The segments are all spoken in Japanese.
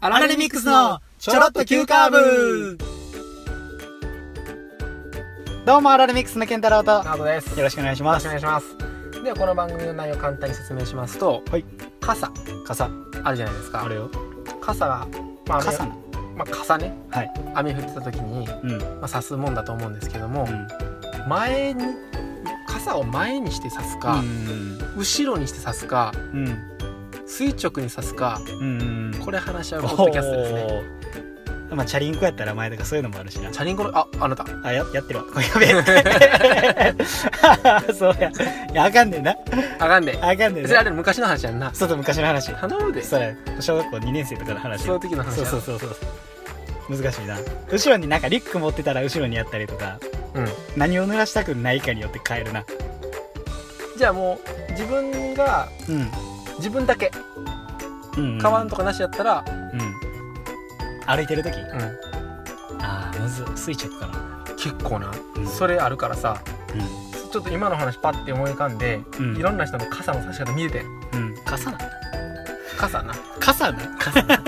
アラレミックスのちょろっと急カーブどうもアラルミックスの健太郎とよカードですよろしくお願いしろましくすお願いしますではこの番組の内容を簡単に説明しますと、はい傘傘あるじゃないですかあれよ傘が、まあ、雨傘なまあ、傘ね、はい雨降ってた時に、うんうんまあ、差すもんだと思うんですけども、前に傘を前にして差すか、後ろにして差すかうん垂直に差すかうんうんこれ話し合うポッドキャストですねおーまあチャリンコやったら前とかそういうのもあるしなチャリンコのああなたあややってるわ これやべえ そうやいやあかんねんなあかんであかんねんそれあなれ昔の話やんなそうそう昔の話頼むでそれ小学校2年生とかの話その時の話そやうなそうそうそう難しいな後ろになんかリュック持ってたら後ろにやったりとかうん何を濡らしたくないかによって変えるなじゃあもう自分がうん自分だけうんカバンとかなしやったら、うん歩いてる時うんああむず垂直かな結構な、うんそれあるからさうちょっと今の話パッて思い浮かんで、うんいろんな人の傘の差し方見えてんんうん傘な傘な傘な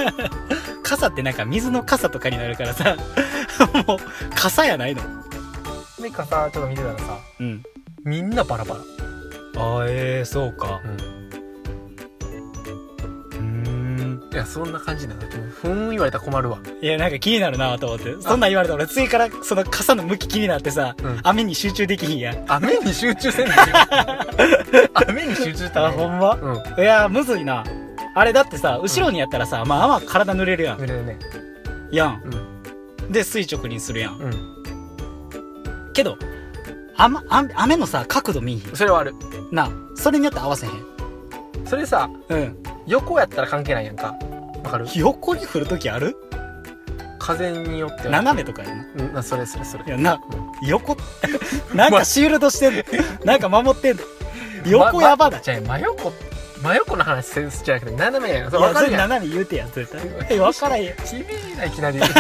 傘ってなんか水の傘とかになるからさ もう傘やないので傘ちょっと見てたらさうんみんなバラバラあえー、そうかうんいやそんな感じなんだけどふーん言われたら困るわいやなんか気になるなと思ってそんなん言われたら俺次からその傘の向き気になってさ、うん雨に集中できひんやん雨に集中 せんの雨に集中したあらほんまうんいやーむずいなあれだってさ後ろにやったらさ、まあまあ体濡れるやん濡れるねやん、で垂直にするやんうんけど雨雨雨のさ角度見えひんそれはあるなそれによって合わせへんそれさうん横やったら関係ないやんかわかる横に振るときある風によっては斜めとかやなうんあそれそれそれいやな 横なんかシールドしてんのなんか守ってんの横やばまだまじゃあ真横真横の話せんすじゃなくて斜めやんそれわ分かかるるやん斜め言うてや絶対え分からへんいちびいないきなり大喜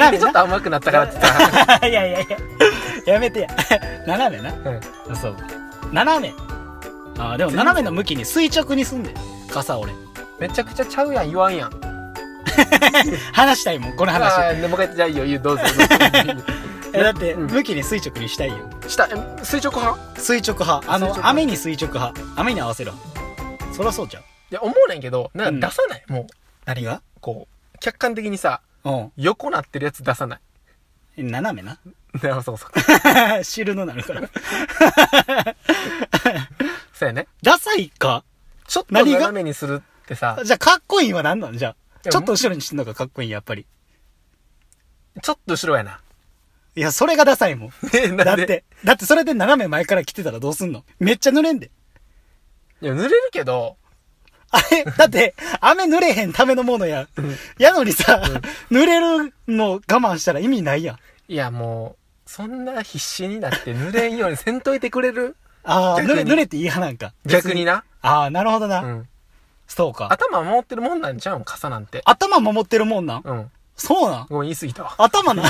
利でちょっと甘くなったからってさやいやいややめてや 斜めなうんそう斜めあーでも斜めの向きに垂直にすんで傘俺めちゃくちゃちゃうやん言わんやん話したいもんこの話あーでもう一回じゃあいいよ言うどうぞえだってうん向きに垂直にしたいよ下え垂直派垂直派あ垂直の派雨に垂直派雨に合わせる派そりゃそうじゃんいや思うねんけどなんか出さない、もう何がこう客観的にさうん横なってるやつ出さない斜めな あそうそう汁のなるからそうやねダサいかちょっと何が斜めにするってさじゃあかっこいいは何なんじいゃあやちょっと後ろにしてんのがかっこいいやっぱりちょっと後ろやないやそれがダサいもんえなだんっでてだってそれで斜め前から来てたらどうすんのめっちゃ濡れんでいや濡れるけどあれだって雨濡れへんためのものややのにさ、濡れるの我慢したら意味ないやんいやもうそんな必死になって濡れんようにせんといてくれ るああ濡逆れに濡れていい派なんか逆にな、ああなるほどな、うん、そうか頭守ってるもんなんちゃうん傘なんて頭守ってるもんなんうんそうなんごめん言い過ぎたわ 頭な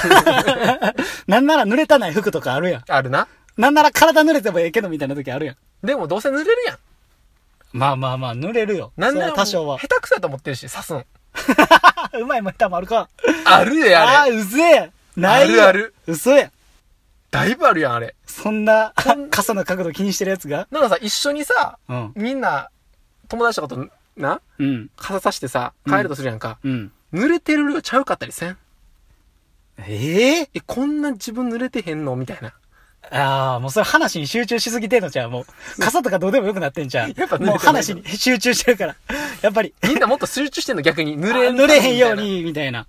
なんなら濡れたない服とかあるやんあるななんなら体濡れてもええけどみたいな時あるやんでもどうせ濡れるやんまあまあまあ濡れるよなんならそれ多少は下手くそやと思ってるし刺すん うまいもんたもあるかあるであああれうぜえないあるよある嘘やだいぶあるやんあれそんなそ ん傘の角度気にしてるやつがなんかさ一緒にさうんみんな友達とかとなうん傘さしてさ帰るとするやんか、うん濡れてる量ちゃうかったりせんえええこんな自分濡れてへんのみたいなああもうそれ話に集中しすぎてんのじ ゃあもう傘とかどうでもよくなってんじゃんやっぱ濡れてないもう話に集中してるからやっぱりみんなもっと集中してんの逆 に濡濡れれんた濡めれみたへんいなようにみたいな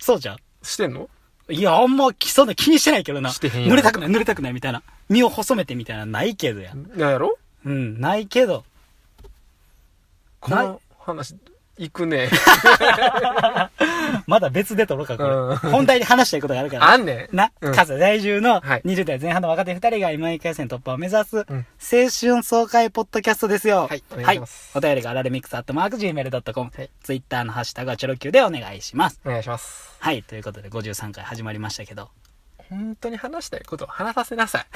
そうじゃんしてんのいや、あんま、そんな気にしてないけどな。してへんやん濡れたくない、濡れたくないみたいな。身を細めてみたいな、ないけどや。なんやろうん、ないけど。この話いく ねまだ別で撮ろうか、こうんれ。本題で話したいことがあ るから。あんねんな、うん関西在住のはい20代前半の若手2人が今一回戦突破を目指す、青ん春爽快ポッドキャストですよ。はいお願いしますお便りがアラレミックスアットマーク Gmail.com はい。ツイッターのハッシュタグはチョロ Q でお願いします。お願いしますはい、ということで53回始まりましたけど。 本当に話したいことを話させなさ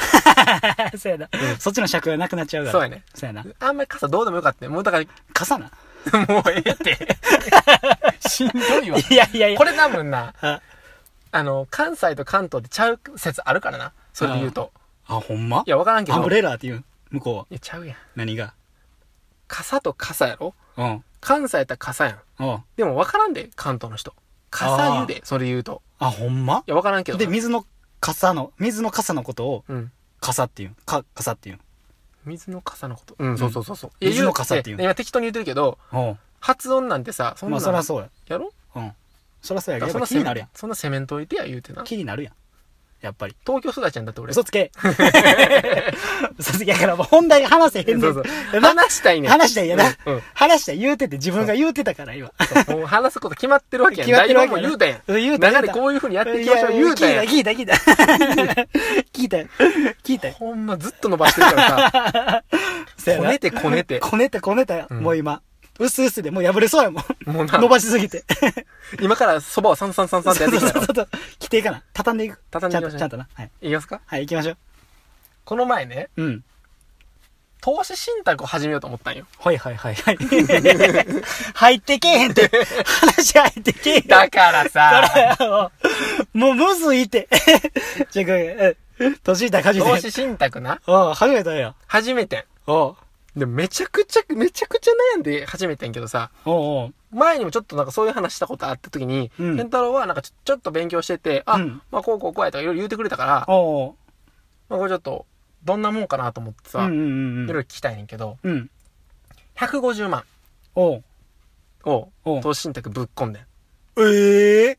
いそうやな。そっちの尺がなくなっちゃうから。そうやね。そうやな。あんまり傘どうでもよかったねもうだから 傘な。もうええ って。しんどいわ。いやいやいやこ。れ多分な、あ、あの、関西と関東でちゃう説あるからな。それで言うと。あほんまいや、わからんけど。アンブいレラって言う向こうは。や、ちゃうやん。何が傘と傘やろうん。関西やったら傘やん。うん。でもわからんで、関東の人。傘言うで、それ言うと。あ、ほんまいや、わからんけどな。で、水の傘の、水の傘のことを、うん。傘っていう。か、傘っていう。水の傘のこと。うん、そうそうそうそう。いや水の傘っていうや今適当に言ってるけど、うん。発音なんてさ、そんまなあ、んそらそうや。やろうん。そらそうやだけど、かやらっぱ気そにんなセなメるやんン。そんなセメントいてや言うてな。気になるやん。やっぱり。東京育ちやんだって俺。嘘つけ 嘘つけ。だからもう本題話せへんねん。そうそうえな話したいねん。話したいやな。うんうん話したい言うてて、自分が言うてたから、今。そうもう話すこと決まってるわけやん。決まって台る本わもけ言やうたやん。うん言うた言うた流れこういう風にやっていきましょう言うたやん。聞いた、聞いた、 聞いた。聞いた、聞いたよ。ほんまずっと伸ばしてるから さ、そうやこなねてこねて。こねてこねたよ、うんもう今。うすうすで、もう破れそうやもん。もうな伸、ばしすぎて。今からそばをサンサンサンサンってやっていき たいちょっと、着ていかな。畳んでいく。畳んでいきましょうちゃんと、ちゃんとな。はい。いきますかはい、行きましょう。この前ね、うん。投資信託を始めようと思ったんよ。はいはいはいはい。 入ってけえへんって。話入ってけえへん。だからさ、もう、 もうむずいって。 ちょ、これ、うん年いったら初投め資て。信託な、おう、初めてだよ。初めてん。おう、で、めちゃくちゃ、めちゃくちゃ悩んで始めてんけどさ、おうおう。前にもちょっとなんかそういう話したことあった時に、うん健太郎はなんかちょちょっと勉強してて、あ、うんまあこうこうこうやとかいろいろ言ってくれたから、おうおう。まあこれちょっと、どんなもんかなと思ってさ、うんいうんうんろいうろん。聞きたいねんけど、うん。 150万おう。をおう投資信託ぶっ込んでん。 ええ。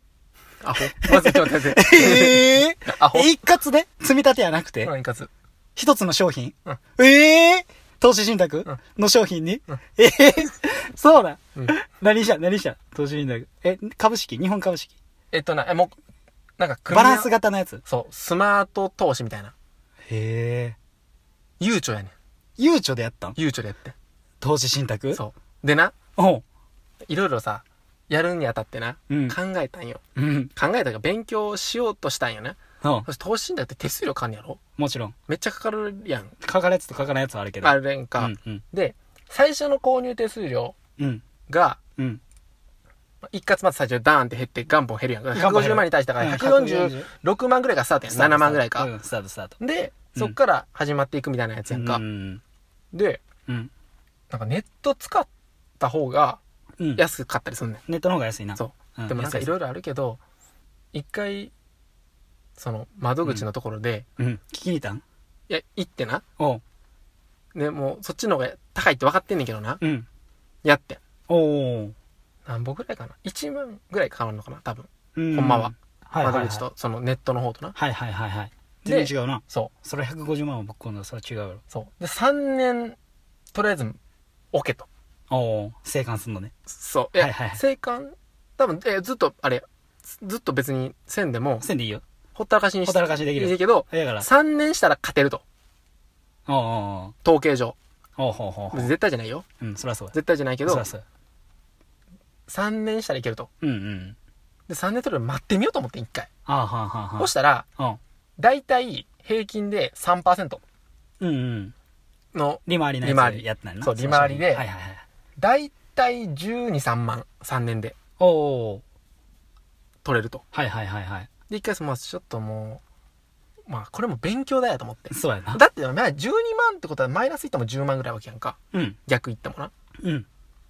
アホ。まずちょっと待って ええアホ。一括で積み立てやなくてうん、いかつ。一つの商品うんええ投資信託の商品にええそうだうん。何した何した投資信託。え、株式日本株式えっとな、え、もう、なんか組み合バわランス型のやつそう、スマート投資みたいな。へえ。悠長やねん。ゆうちょでやったん悠長でやって投資信託ん。そう。でな、おう。いろいろさ、やるにあたってな、うん考えたんよ。うん。考えたが勉強しようとしたんよね。おうそして投資信託って手数料かんやろもちろん。めっちゃかかるやん。書かれやつと書かないやつはあるけど。あるれんか、うんうん。で、最初の購入手数料うん。が、うん。一括まず最初にダーンって減って元本減るやん。元本減150る万に対してだからうん140 146万ぐらいがスタートやん。7万ぐらいか。うん、スタートスタート。で、うんそっから始まっていくみたいなやつやんか。うん。で、うん。なんかネット使った方がうん。安かったりすんねん。ネットの方が安いな。そう。うん。でもなんか安いいろいろあるけど、一回、その窓口のところで、うん。聞きに行ったんいや、行ってな。おう。ね、もうそっちの方が高いって分かってんねんけどな。うん。やってん。おお。何本ぐらいかな ?1 万ぐらいかかるのかな多分。ほほんまは。はいはいはい窓口。と、そのネットの方とな。はいはいはいはい。で全然違うな。そう。それ150万をぶっ込んだらそれ違うやろ。そう。で、3年、とりあえず、置けと。おお。生還すんのね。そう。いや、はいはいはい生還、多分、え、ずっと、あれ、ずっと別にせんでも、せんでいいよ。ほったらかしにしほったらかしできるいいけど、だから。 3年したら勝てると。おうおう統計上。おう。おうほうほうほう。絶対じゃないよ。うん、そらそうや。絶対じゃないけそどら、そうや。 3年したらいけると。うんうん。で、3年とりあえず待ってみようと思って、1回。ああはあはあそはしたら、あ。大体、平均で3%うん。うんうん。の、利回りのや利つ回りやってないな。そう利回りではいはいはい。大体12、3万、3年でおお。取れると。はいはいはいはい。で、一回その、まあちょっともう、まあ、これも勉強だやと思って。そうやな。だって、まあ、12万ってことは、マイナスいっても10万ぐらいわけやんか。うん。逆いってもな。うん。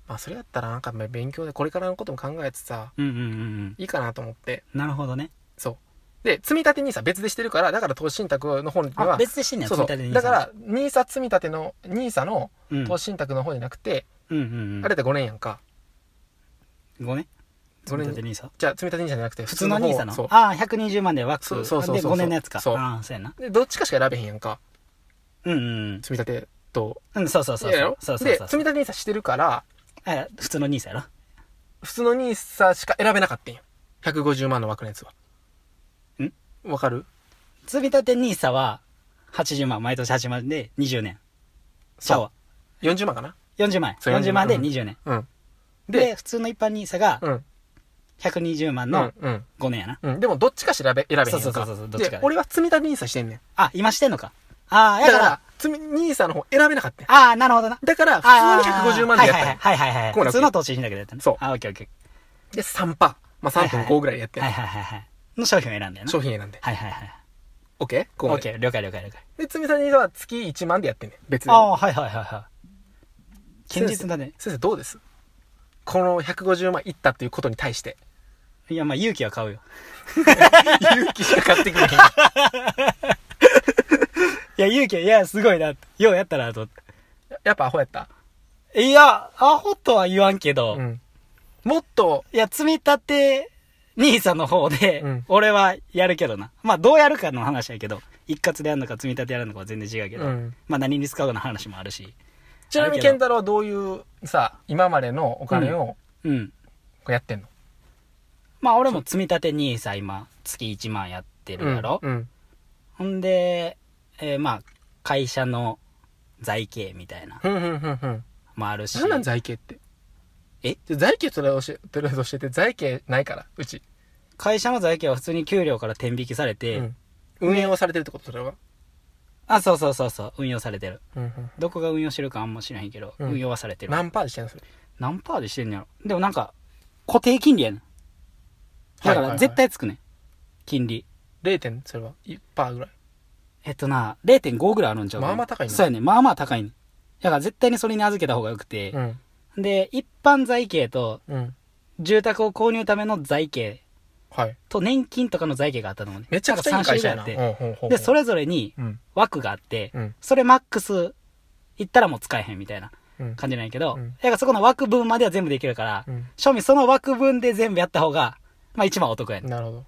まあ、それやったら、なんか、まあ勉強で、これからのことも考えてさ、うんうんうんうん。いいかなと思って。なるほどね。そう。で、積み立て NISA 別でしてるから、だから投資信託の方にあ、は、別でしてんねや、そう積そみ立てう。にだから、NISA 積み立ての、NISA のうん、投資信託の方じゃなくて、うんうんうん。あれだ5年やんか。 5年そ積れみに立て NISA? じゃあ、積み立て NISA じゃなくて、普通の方 NISA のそう。ああ、120万でワックス。そうそうそうそうで、5年のやつか。そうああ、そうやな。で、どっちかしか選べへんやんか。うんうん積み立てと。うん。うん、そうそうそういやそろう。そうそうで、そう積み立て NISA してるから、あ普通の NISA やろ。普通の NISA しか選べなかったんや。150万の枠のやつは。んわかる積み立て NISA は、80万、毎年80万で20年。ちゃうわ。 40万かな40万や。そう40 40万でうん20年。うん。で、で、普通の一般 NISA がうん。 120万うのん。うん。 5年やな。うん、でもどっちかしら選べ選べへんやんかそうそうそうそうどっちかで俺は積み立て NISA してんねんあ、今してんのか。ああ、だやかからら、つみ、兄さんの方選べなかったんやああ、なるほどな。だから、普通あーに150万でやったんやはいはいはいはいはいはい。こうな普って通の投資信託でやったね。そうあー、オッケーオッケで、3%。まあ3.5ぐらいでやってー。んはいやはいはいはい。の商品を選んだよな。商品選んで。はいはいはい。 OK? こオうまッでケー、了解了解了解。で、つみさんには月1万でやってんねん。別に。ああ、はいはいはいはい。堅実だね。先生どうですこの150万いったっていうことに対 して。いや、まあ勇気は買うよ。勇気しか買ってくれへん。いや、勇気は、いや、すごいな。ようやったな、と思って。やっぱアホやった。いや、アホとは言わんけど、うん。もっと、いや、積み立て、兄さんの方で、うん俺はやるけどな。まあ、どうやるかの話やけど、一括でやるのか積み立てやるのかは全然違うけど、うんまあ、何に使うかの話もあるし。ちなみに健太郎はどういうさ、今までのお金をうん。こうやってんのまあ、俺も積み立て兄さん今、月1万やってるやろ。うん。ほんで、えーまあ、会社の財形みたいな、ふんふんふんふん。もあるし。なんなん財形って。えじゃ財形とりあえず教えとりあえず教えて、財形ないから、うち。会社の財形は普通に給料から転引きされて、うん運営をされてるってことそれは。あ、そうそうそうそう、運用されてる。うんうん。どこが運用してるかあんま知らへんけど、うん運用はされてる。何パーでしてんのそれ。何パーでしてんのやろでもなんか、固定金利やねん。だかはいはいはらい絶対つくねん。金利。 0. 点、それは。1パーぐらい。えっとな、0.5ぐらいあるんちゃうかなまあまあ高いねそうやねん。まあまあ高いねん。だから絶対にそれに預けた方がよくてう。ん。で、一般財形と、うん。住宅を購入ための財形はい。と年金とかの財形があったのもね。めちゃくちゃいい会社やな。なんか三種類ぐほうらいあほうほっうて。で、それぞれにうん。枠があって、うん。それマックスいったらもう使えへんみたいなうん。感じなんやけど、うんだからそこの枠分までは全部できるから、うん正味その枠分で全部やった方が、まあ一番お得やねん。なるほど。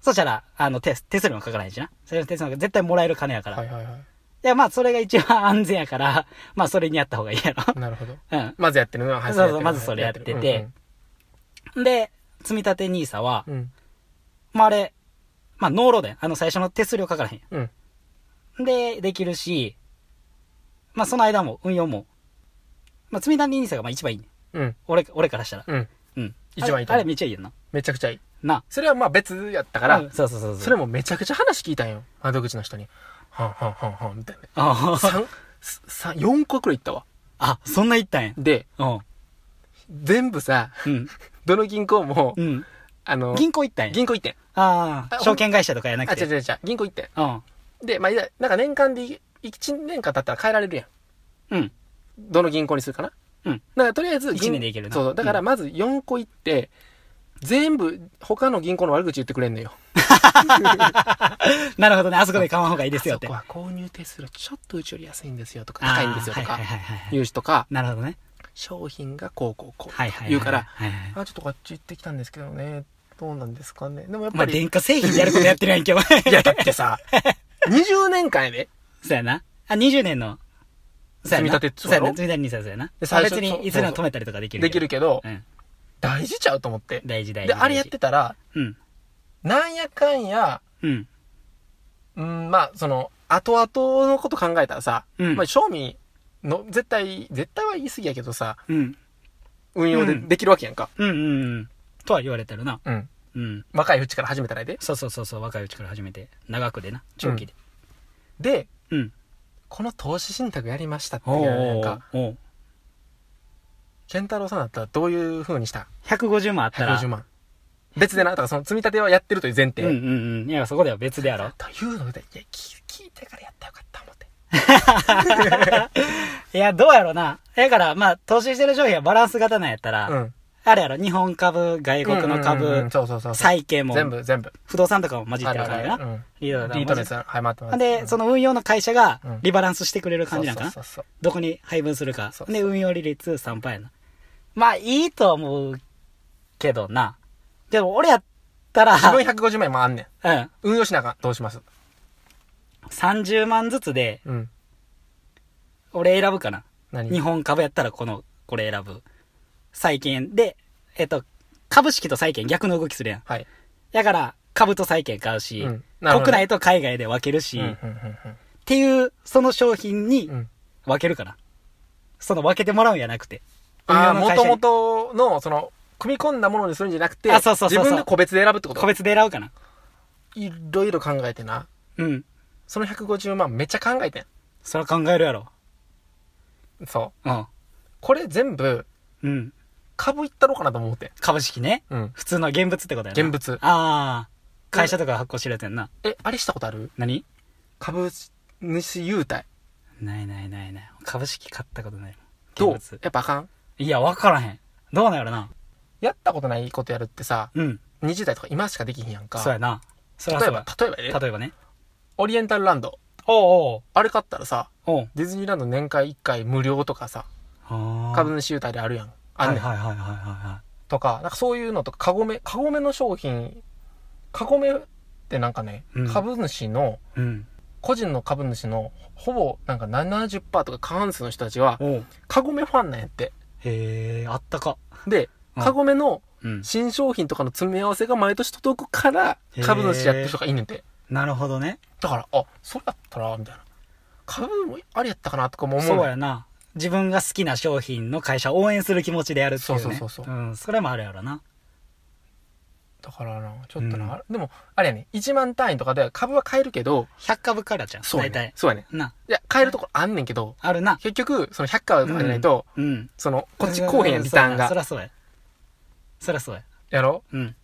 そしたら、あの、手、手数料もかからないしな。それの手数料が絶対もらえる金やから。、はいいはいはい。や、まあ、それが一番安全やから、 まあ、それにやった方がいいやろ。なるほど。うまずやってるのは、はいそうれそうやってるまずそれやっててうんん。で、積み立て NISA は、うん。まあ、あれ、まあ、ノーローで、あの、最初の手数料かからへんうん。やん。で、できるし、まあ、その間も、運用も、まあ、積み立て NISA がまあ一番いい、ね。うん。俺、俺からしたら。うん。うん。一番いいと思うあれ、あれめっちゃいいやんな。めちゃくちゃいい。な。それはまあ別やったからうん、そうそうそうそう。それも。もめちゃくちゃ話聞いたんよ。窓口の人に。はんはんはんはん、みた いな。あー三、三、四個くらい行ったわ。あ、そんな言ったんや。で、うん。全部さ、うん。どの銀行もう、ん。あの、銀行行ったんや。銀行行ってん。あああ、証券会社とかやなあ、く違うて。違う違う、銀行行ってうん。ん。で、まあ、いざなんか年間で1年間経ったら変えられるやん。うん。どの銀行にするかな。うん。だからとりあえず銀、一年でいけるなそうそう。だからまず4個行って、全部他の銀行の悪口言ってくれんのよ。なるほどね。あそこで買わん方がいいですよそって。こは購入手数料ちょっとうちより安いんですよとか、高いんですよとあーかはい、はいはいはい。融資とか、なるほどね。商品がこうこうこうとはいかはいはい。言うから、はいはいあ、ちょっとこっち行ってきたんですけどね、どうなんですかね。でもやっまぱあ、り、電化製品でやることやってるやんけ、お前。いや、だって さ、20年間やで。そうやな。あ、20年の。そうやな積み立てっつうそうのやな。積み立てにさ、そうやな。で最初別そうに、いつでも止めたりとかできる。できる。けど、うん。大事ちゃうと思って。大事大で、事。あれやってたら、うん。なんやかんや、うん。うん、まあ、その、後々のこと考えたらさ、うんまあ、賞味の、絶対、絶対は言い過ぎやけどさ、うん。運用でうんできるわけやんか。うんうんうん。とは言われてるな。うん。うん。若いうちから始めたらやで。そうそうそうそう。若いうちから始めて。長くでな。長期で。で、うん。この投資信託やりましたっておいう、なんうおうか、おう。健太郎さんだったらどういう風にした150万あったら。 ?150 万。別でな、だからその積み立てはやってるという前提。うんうんうん。いや、そこでは別でやろ。というので、いや、聞聞いてからやったらよかった思って。いや、どうやろな。だから、まあ、投資してる商品はバランス型なんやったら、うん。あれやろ、日本株、外国の株、うんうんうんそうそうそうそう。債券も、全部、全部。不動産とかも混じってる感じあやるあるな。うんリードリートです。はい、待ってます。で、その運用の会社がうんリバランスしてくれる感じなんかな。そうそうそうどこに配分するかそ。うそうで、運用利率3%やな。まあ、いいとは思うけどな。でも、俺やったら、そう。自分150万円もあんねん。うん、運用しなあかん。どうします30万ずつで、うん。俺選ぶかな。何日本株やったらこの、これ選ぶ。債券で、えっと、株式と債券逆の動きするやん。はい。だから、株と債券買うし、うんなるほど国内と海外で分けるし、うん、うん、っ、ていう、その商品にうんうん。分けるかな。その分けてもらうんやなくて。ああ、運も用の会と社にもとの、その、組み込んだものにするんじゃなくて、あそうそうそうそう自分で個別で選ぶってこ個と別で選ぶかな。いろいろ考えてな。うん。その150万めっちゃ考えてん。そら考えるやろ。そううん。これ全部うん。株いったろうかなと思って株式ね。うん普通の現物ってことやな。現物ああ。会社とか発行してるやつやんな。えあれしたことある何株主優待ないないないない。株式買ったことないもどん。う現物。やっぱあかんいや、わからへん。どうなんやろな。やったことないことやるってさうん。 20代とか今しかできひんやんかそうやな。そら例そえうばや。例えばね例えばね。オリエンタルランドおうあれ買ったらさおう。おう。ディズニーランド年会1回無料とかさあー株主優待であるやんあんはねいんはいはいはいはいはとかなんかそういうのとかカゴメカゴメの商品カゴメってなんかね、うん株主のい。うん。個人の株主のほぼなんか70%とか過半数の人たちはおう。カゴメファンなんやってへえ、あったか。でうんカゴメのうん。新商品とかの詰め合わせが毎年届くからへー株主やってる人がいんねんてなるほどね。だからあそれやったらみたいな株もあれやったかなとかも思うねんそうやな。自分が好きな商品の会社を応援する気持ちでやるっていうね。、そうそうそうそうんそれもあるやろな。だからなちょっとうんな、でもあれやね1万単位とかで株は買えるけど100株からじゃん。そうや大体ね。そうやねな。いや買えるところあんねんけどあるな。結局その100株とかじゃないと、うん。そのこっちこうへんやんリターンそがらそうや。そらそうや。やろうん。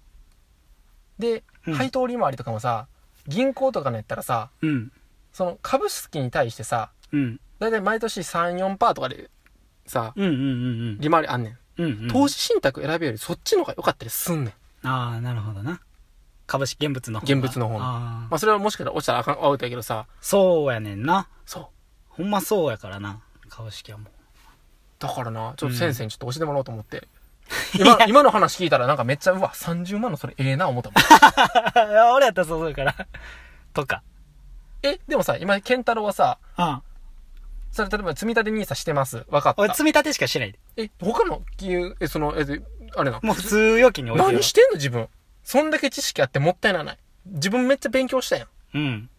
で、うん配当利回りとかもさ銀行とかのやったらさうん。その株式に対してさうん。大体毎年34%とかでさうんうんうん利回りあんねん、うん。うん、うん。投資信託選ぶよりそっちの方が良かったりすんねんああ、なるほどな。株式現物の方が現物の方のあまあ。あそれはもしかしたら落ちたらあかんアウトやけどさそうやねんな。そうほんまそうやからな。株式はもだからなちょっうんと先生にちょっと教えてもらおうと思 って、う。今いや今の話聞いたらなんかめっちゃうわ30万のそれええな思ったもん 俺やったらそうするから。 とか。えでもさ今健太郎はさうん。それ例えば積み立て NISA してます分かっ俺た積み立てしかしてないで。え他の金融えそのえであれなもう普通預金に置いてる。何してんの自分そんだけ知識あってもったいなない自分めっちゃ勉強したやんうん。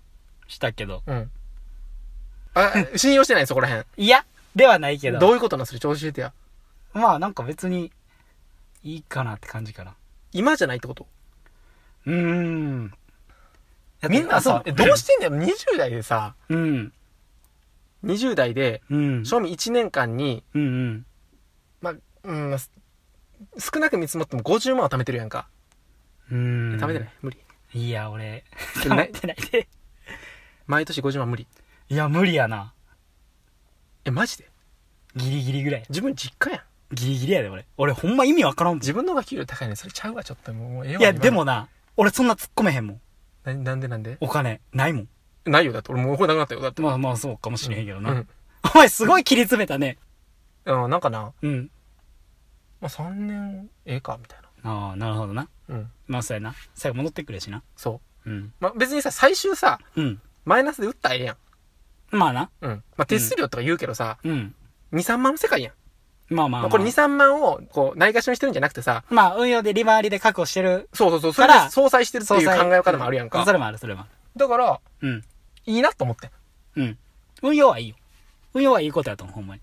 したけど。うん あ信用してないそこらへんいや、ではないけど。どういうことなんそれ調子教えてやまあなんか別に、いいかなって感じかな。今じゃないってことうーん。みんなあさそえうどうしてんだよ20代でさうん。 20代でうん。賞味1年間にうんうん。まあうんす少なく見積もっても50万は貯めてるやんか、うん。貯めてない無理いや、俺、え 食なべてないで。毎年50万無理いや、無理やな。えマジでギリギリぐらい。自分実家やんギリギリやで、俺。俺、ほんま意味わからんもん。い自分の方が給料高いねんそれちゃうわちょっともうもうええわや、今のでもな、俺そんな突っ込めへんもん。ななんでなんでお金、ないもん。ないよだって俺もうこれなくなったよだってまあまあ、そうかもしれへんけどな。うんお前、すごい切り詰めたね。うん、なんかな、うん。まあ、3年ええかみたいああ、なるほどな。なうんまあ、そうやな。最後戻ってくるしな。そう、うん。まあ、別にさ最終さうん。マイナスで打ったらええやんまあな。うんまあ、手数料とか言うけどさ、うん。 23万の世界やん、まあままあ、まあ、あ。これ23万をこうないがしろにしてるんじゃなくてさまあ、運用で利回りで確保してる。そうそうそうそかれらで相殺してるっていう考え方もあるやんか、うそれもある、それもあだからる。うん。いいなと思ってうん。運用はいいよ。運用はいいことやと思う、ほんまに。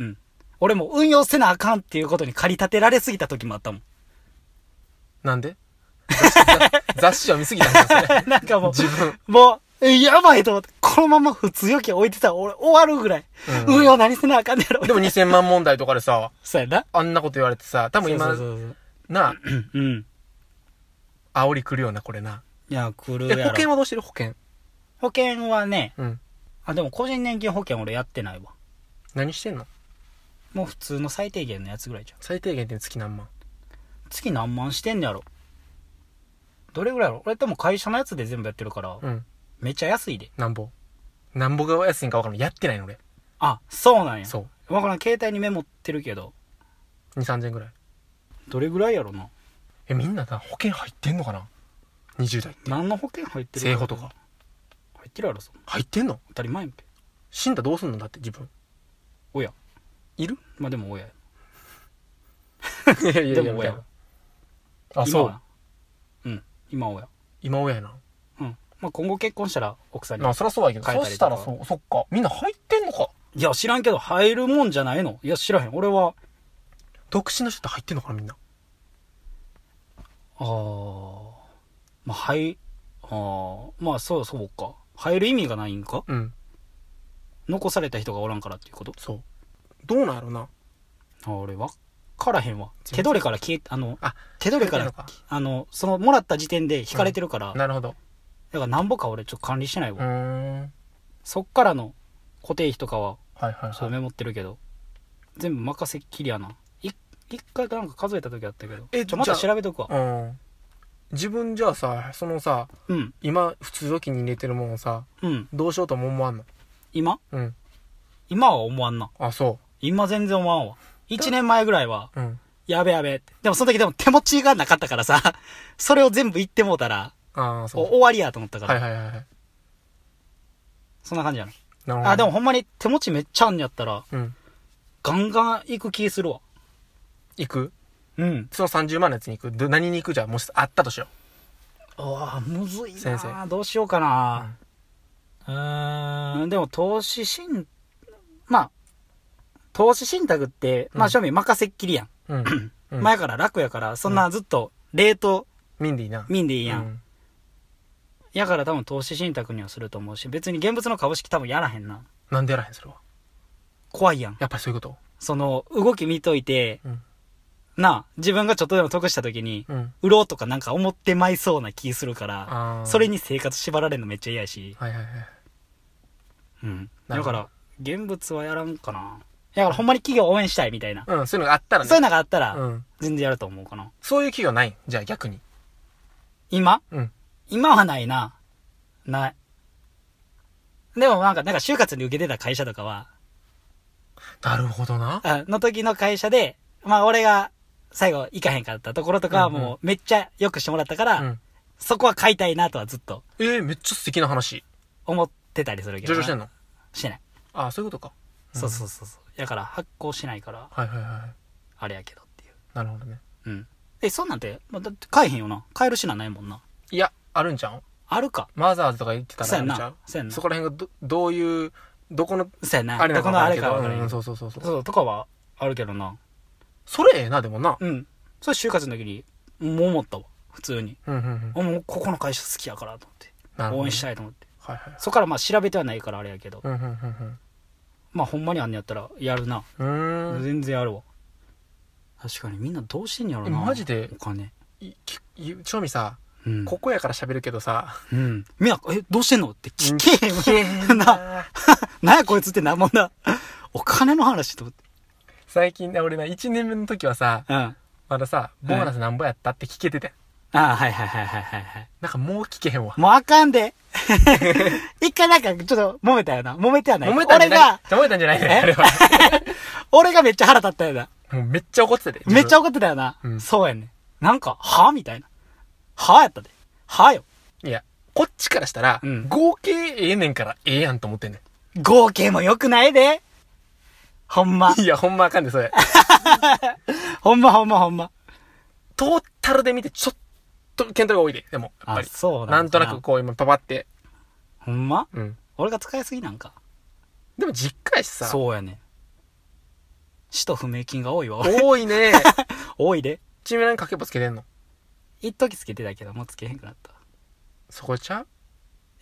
うん。俺も運用せなあかんっていうことに駆り立てられすぎた時もあったもん。なん で雑誌雑誌を見すぎたんだよそれなんかも自分う、もう、えやばいと思って、このまま普通預金置いてたら俺終わるぐらい。うん運用何せなあかんねやろ。でも2000万問題とかでさそうやな。あんなこと言われてさ多分今そうそうそうなそう。うん。あ煽りくるようなこれないや、来るえやろ。保険はどうしてる保険保険はね、うんあ、でも個人年金保険俺やってないわ。何してんのもう普通の最低限のやつぐらいじゃん。最低限って月何万月何万してんねやろ。どれぐらいやろ俺でも会社のやつで全部やってるから、うんめっちゃ安いで。なんぼなんぼが安いんか分からんやってないの俺あ、そうなんや。そうわからん、携帯にメモってるけど、 2 3千ぐらいどれぐらいやろな。えみんなな保険入ってんのかな20代何の保険入ってる生保とか。入ってるやろ、そんな入ってんの当たり前やんけ。死んだらどうすんのだって自 分おや。いるまあでも親や。いやいでも親や。あ今そうはうん、今親。今親やなうん。まあ今後結婚したら奥さんにまあ。そりゃそうやけど変えそたりしとたからそうそっかみんな入ってんのかいや、知らんけど入るもんじゃないのいや、知らへん。俺は、独身の人って入ってんのかなみんなあー。まあ、はい、あー。まあ、そう、そうか。入る意味がないんかうん残された人がおらんからっていうことそうどうなんやろなあ俺分からへんわ全然手取りから消えあのあ手取りか手ら取りなのあのそのもらった時点で引かれてるから、だかなるほどらなんぼか俺ちょっと管理してないうわ、ーんはいそっからの固定費とかははいはいそうメモってるけど全部任せっきりやない一回なんか数えた時あったけどえちょまたじゃ調べとくわうん自分じゃあさそのさうん今普通時に入れてるもんをさうんどうしようとも思わんの今うん今は思わんなあそ今全然思わんわ1年前ぐらいはううんやべやべってでもその時でも手持ちがなかったからさ それを全部言ってもうたらああおそ終わりやと思ったうかはら、いはいはいはいそんな感じやな、なるほどあでもほんまに手持ちめっちゃあんねやったらうんガンガン行く気するわ行くうんその30万のやつに行くど何に行くじゃあもしあったとしようわむずいな先生どうしようかなうーんでも投資信まあ投資信託って、まあ、うん庶民任せっきりやん、う うん、うん、前から楽やからそんなずっと冷凍ミンディーな民でいいいやん、やから多分投資信託にはすると思うし別に現物の株式多分やらへんななんでやらへんそれは怖いやんやっぱりそういうことその動き見といて、うんなあ自分がちょっとでも得した時にうん売ろうとかなんか思ってまいそうな気するからああそれにに生活縛られるのめっちゃ嫌やし、はいはいはいうん、なだるほかどら現物はやらんかなだからほんまに企業応援したいみたいな、うんそういうのがあったらねそういうのがあったらうん全然やると思うかなそういう企業ないじゃあ逆に今うん今はないなないでもなんかなんか就活に受けてた会社とかはなるほどなあの時の会社で、まあ俺が最後行かへんかったところとかはうんうもうめっちゃ良くしてもらったから、うんそこは買いたいなとはずっとえー、めっちゃ素敵な話思ってたりするけど上場な。してんのしてない。ああそういうことかそうそうそうそう。だから発行しないから、はいはいはいあれやけどっていう。なるほどねうん。え、そんなんて、まあ、だって買えへんよな。買える品ないもんな。いやあるんちゃうあるか。マザーズとか言ってたそうらあるんやんちゃなう。そうやんな。そそこら辺がどどういうどこのうやな。あれなのかどこのわからんあれけかどわからへんうけんど。そうそうそうそうそう、とかはあるけどな。それええなでもなうん。それ就活の時に、もう思ったわ。普通に。うんうんうんあもうここの会社好きやからと思っなるほどねて。応援したいと思って。はいはいそこからまあ調べてはないからあれやけど。うんうんうんまあほんまにあんのやったらやるな、うんうーん全然やるわ確かにみんなどうしてんやろえなマジでお金いきいちょみさうん、ここやから喋るけどさうん、みんな「えどうしてんの?」って聞けへんけへんなな なんやこいつってなんもんなお金の話と思って最近ね俺な1年目の時はさうんあまださボーナスなんぼやったって聞けててんあはいはいはいはいはいはいなんかもう聞けへんわもうあかんで 一回なんかちょっと揉めたよな揉めてはない揉めたんじゃ俺ないが揉めたんじゃないねえあれは俺がめっちゃ腹立ったよなもうめっちゃ怒っててめっちゃ怒っ怒ってたよな、うんそうやねなんか「はみたいな「はやったで「はよていやこっちからしたらうん合計ええねんからええやんと思ってんね合計も良くないでほん まんいやほんまあかんでそれほんまほんまほんま。トータルで見てちょっと検討が多いででもやっぱあ、りそうだ。なんとなく。こう今パパってほんまうん俺が使いすぎなんか。でも実家やしさそうやね。使途不明金が多いわ。俺多いね 多いで。ちなみに何かけっぽつけてんの一時つけてたけど、もうつけへんくなった。そこちゃう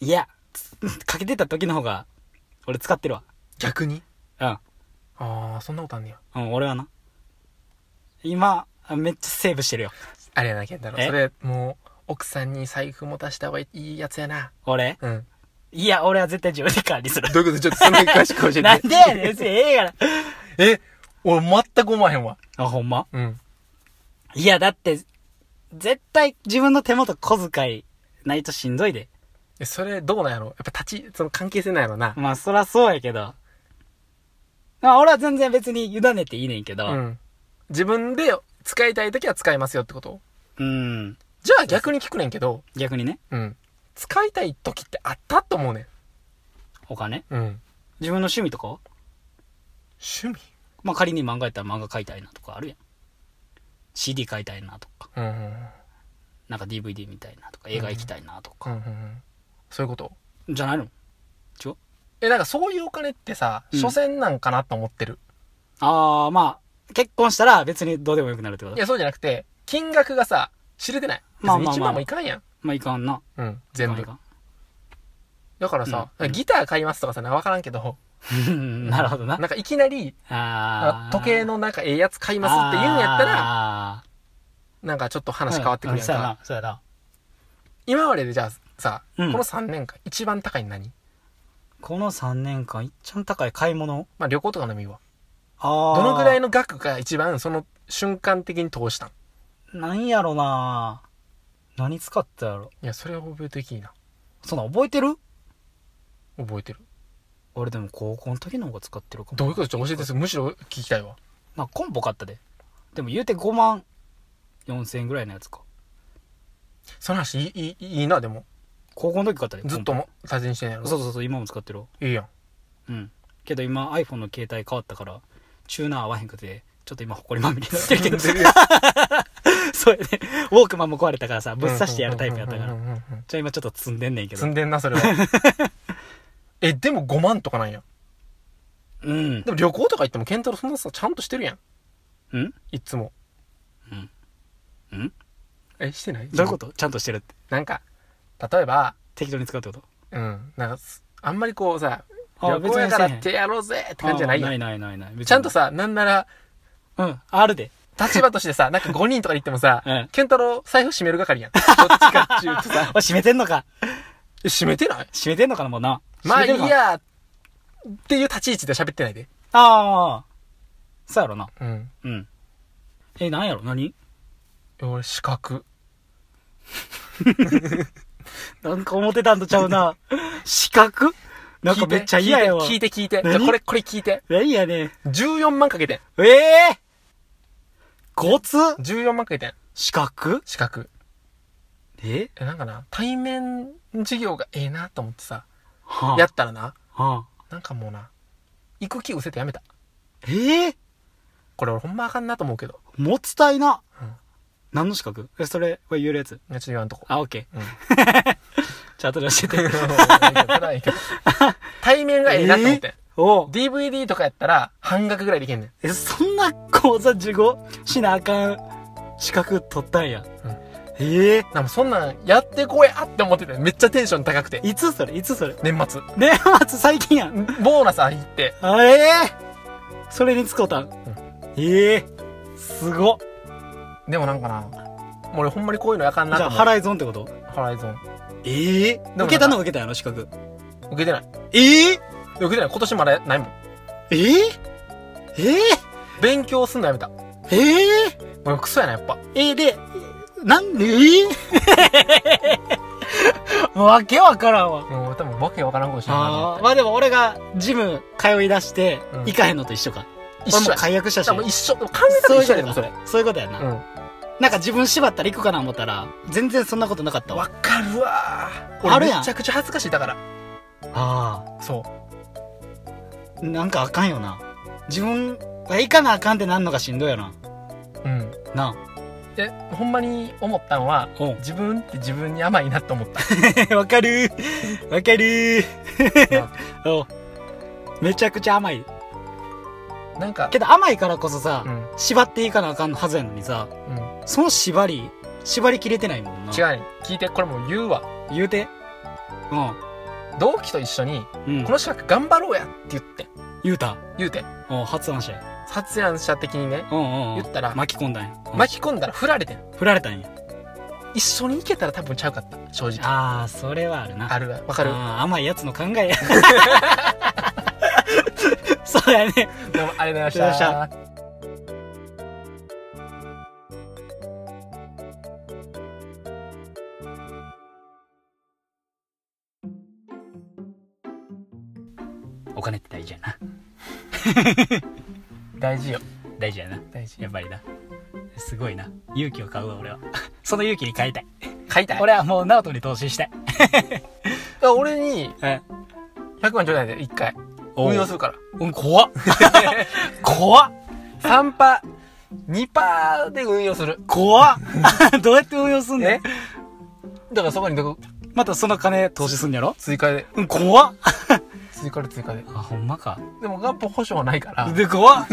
いや、つ かけてた時の方が、俺使ってるわ。逆にうん。ああそんなことあんねやうん、俺はな。今、めっちゃセーブしてるよ。あれやな健太郎えそれもう奥さんに財布持たした方がいいやつやな俺うんいや、俺は絶対自分で管理する。どういうことちょっとそんなに詳しく教えて なんでやねん、別にええやら。え俺全く思わへんわあ、ほんまうんいや、だって、絶対自分の手元小遣いないとしんどいで。えそれどうなんやろやっぱ立ちその関係性なんやろなまあ、そらそうやけど。まあ、俺は全然別に委ねていいねんけど。う。ん自分で使いたい時は使いますよってことうん。じゃあ逆に聞くねんけど逆にね、うん使いたい時ってあったと思うねんお金うん自分の趣味とかは趣味まあ、仮に漫画やったら漫画買いたいなとかあるやん。CD 買いたいなとか、うんうんなんか DVD 見たいなとか、映画行きたいなとうんうか。んうんそういうことじゃないのえなんかそういうお金ってさうん所詮なんかなと思ってる、あー、まあ、結婚したら別にどうでもよくなるってこといやそうじゃなくて金額がさ知れてない別まあにまあまあ1万もいかんやん、まあ、いかんな。うん全い部かんいかんだからさ、うんギター買いますとかさ、なんかわからんけど、 なるほどな。なんかいきなり、あー時計のなんかええやつ買いますって言うんやったら、ら、なんかちょっと話変わってくるやんそうやか。な、そうやな。今まででじゃあさ、うんこの3年間一番高いの何この3年間、いっちゃん高い買い物まあ旅行とかでもいいわ。ああ。どのぐらいのの額が一番その瞬間的に通したん何やろな何使ったやろいや、それは覚えてきいな。そんなん覚えてる覚えてる。俺でも高校の時の方が使ってるかも。どういうことちょっと教えてす。むしろ聞きたいわ。なんかコンボ買ったで。でも言うて5万4千円ぐらいのやつか。その話いい、いい、いいな、でも。高校の時買ったで。ずっとも、大事にしてんやろ。そうそうそう、今も使ってるわ。いいやん。うん。けど今 iPhone の携帯変わったから、チューナー合わへんくて、ちょっと今埃まみれになってるけど。 そうやね。ウォークマンも壊れたからさ、ぶっ刺してやるタイプやったから。うんじうんうんうんゃうん。あ今ちょっと積んでんねんけ積ど。んでんな、それは。 え、でも5万とかなんや。うん。でも旅行とか行っても、ケンタロウそんなさ、ちゃんとしてるやん。うんいっつも。うんうんえ、してないどういうことちゃんとしてるって。なんか、例えば、適当に使うってことうん、なんかす、あんまりこうさ、あ旅行やから別に手やろうぜって感じじゃないあやないん。ないないない。別にちゃんと。さ、なんなら、うん。あるで。立場として さ、なんか5人とかで行ってもさうん、ケンタロウ財布閉める係やん。どっちかっちゅうとさ、お、閉めてんのか。 え閉めてない閉めてんのかな、もうな。まあい閉めているか。や、っていう立ち位置で喋ってないで。ああ。そうやろな。うん。うん。え、なんやろ何え俺、資格。なんか思ってたんとちゃう な。資格なんかめっちゃ嫌やわ。聞いて聞いて。聞いて何じゃあこれ、これ聞いて。何やねん。 14万かけてん。ええごつ14万かけてん。資格資格。ええ、なんかな、対面授業がええなと思ってさ、はあ、やったらな、はあ、なんかもうな、行く気失せてやめた。ええこれ俺ほんまあかんなと思うけど。持ちたいな。うん何の資格え、それは言えるやつ。いやちょっと言わん とこ。あ、オッケー。うん じゃあ後で教 えて。暗いけど対面がええなと思ってん。おう DVD とかやったら半額ぐらいでいけんねん。え、そんな講座受講しなあかん資格取ったんや。うんええなんかそんなんやってこうやって思ってて、めっちゃテンション高くて。いつそれいつそれ年末。年末最近やん。ボーナス入って、あええそれに使うたん。ええすごっ。でもなんかな、もう俺ほんまにこういうのやかんなじとゃあ、思ハライゾンってことう。ハライゾン。ええも受けたのは受けたんやろ、資格。受けてない。ええ受けてない。今年まだないもん。ええええ勉強すんのやめた。ええ俺クソやな、やっぱ。ええで、なんで、え えわけわからんわ。もう多分わけわからんことしてるあなあ、まあでも俺がジム通い出して、うん行かへんのと一緒か。一俺緒もや。解約したし多。分一緒。考えたら一緒やでもそれ。そういうことやな。うん。なんか自分縛ったら行くかな思ったら、全然そんなことなかったわ。わかるわーある俺やんめちゃくちゃ恥ずかしいだからあそうあ、なんかあかんよな。自分が行かなあかんってなんのがしんどいよな。うんなでほんまに思ったんはあ。お自分って自分に甘いなって思った わかるわかる おめちゃくちゃ甘い。なんかけど甘いからこそさ、うん縛っていかなあかんはずやのにさ、うん違うその縛り、縛りきれてないもんな。う。ね聞いてこれもう言うわ言うて。同期と一緒にうん。うんこ。の資格頑張ろうやって言って言うた。言うてお発案者や。発案者的にねうんうんうん。言ったら巻き込んだんや。うん巻き込んだら振られてん振られたんや。一緒に行けたら多分ちゃうかった正直ああ、それはあるな。あるわわかるあー甘いやつの考えや。 そうやね。どうもありがとうございましありがとうございたお金って大事やな。大事よ大事やな。大事やっぱりな。すごいな。勇気を買うわ、俺は。 その勇気に変えたい。買いたい俺はもう、ナオトに投資したい。俺俺にえ100万ちょうだいで一回運用するからうん、怖っ。 怖っ。 3パ2パーで運用する怖っ。 どうやって運用すんねねん。だからそこにどこまたその金投資すんやろ追加でうん、怖っ。追加で追加であほんまかでもガッポ保証はないからで怖っ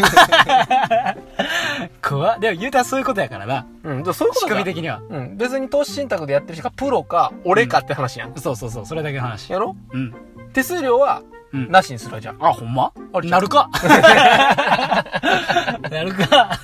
怖っでも言うたらそういうことやからなうんだからそういうこ仕とだ組み的にはうん別に投資信託でやってる人がプロか俺かって話やん、そうそうそうそれだけの話やろうん手数料はうんなしにするわじゃああほんまあれなるかなるか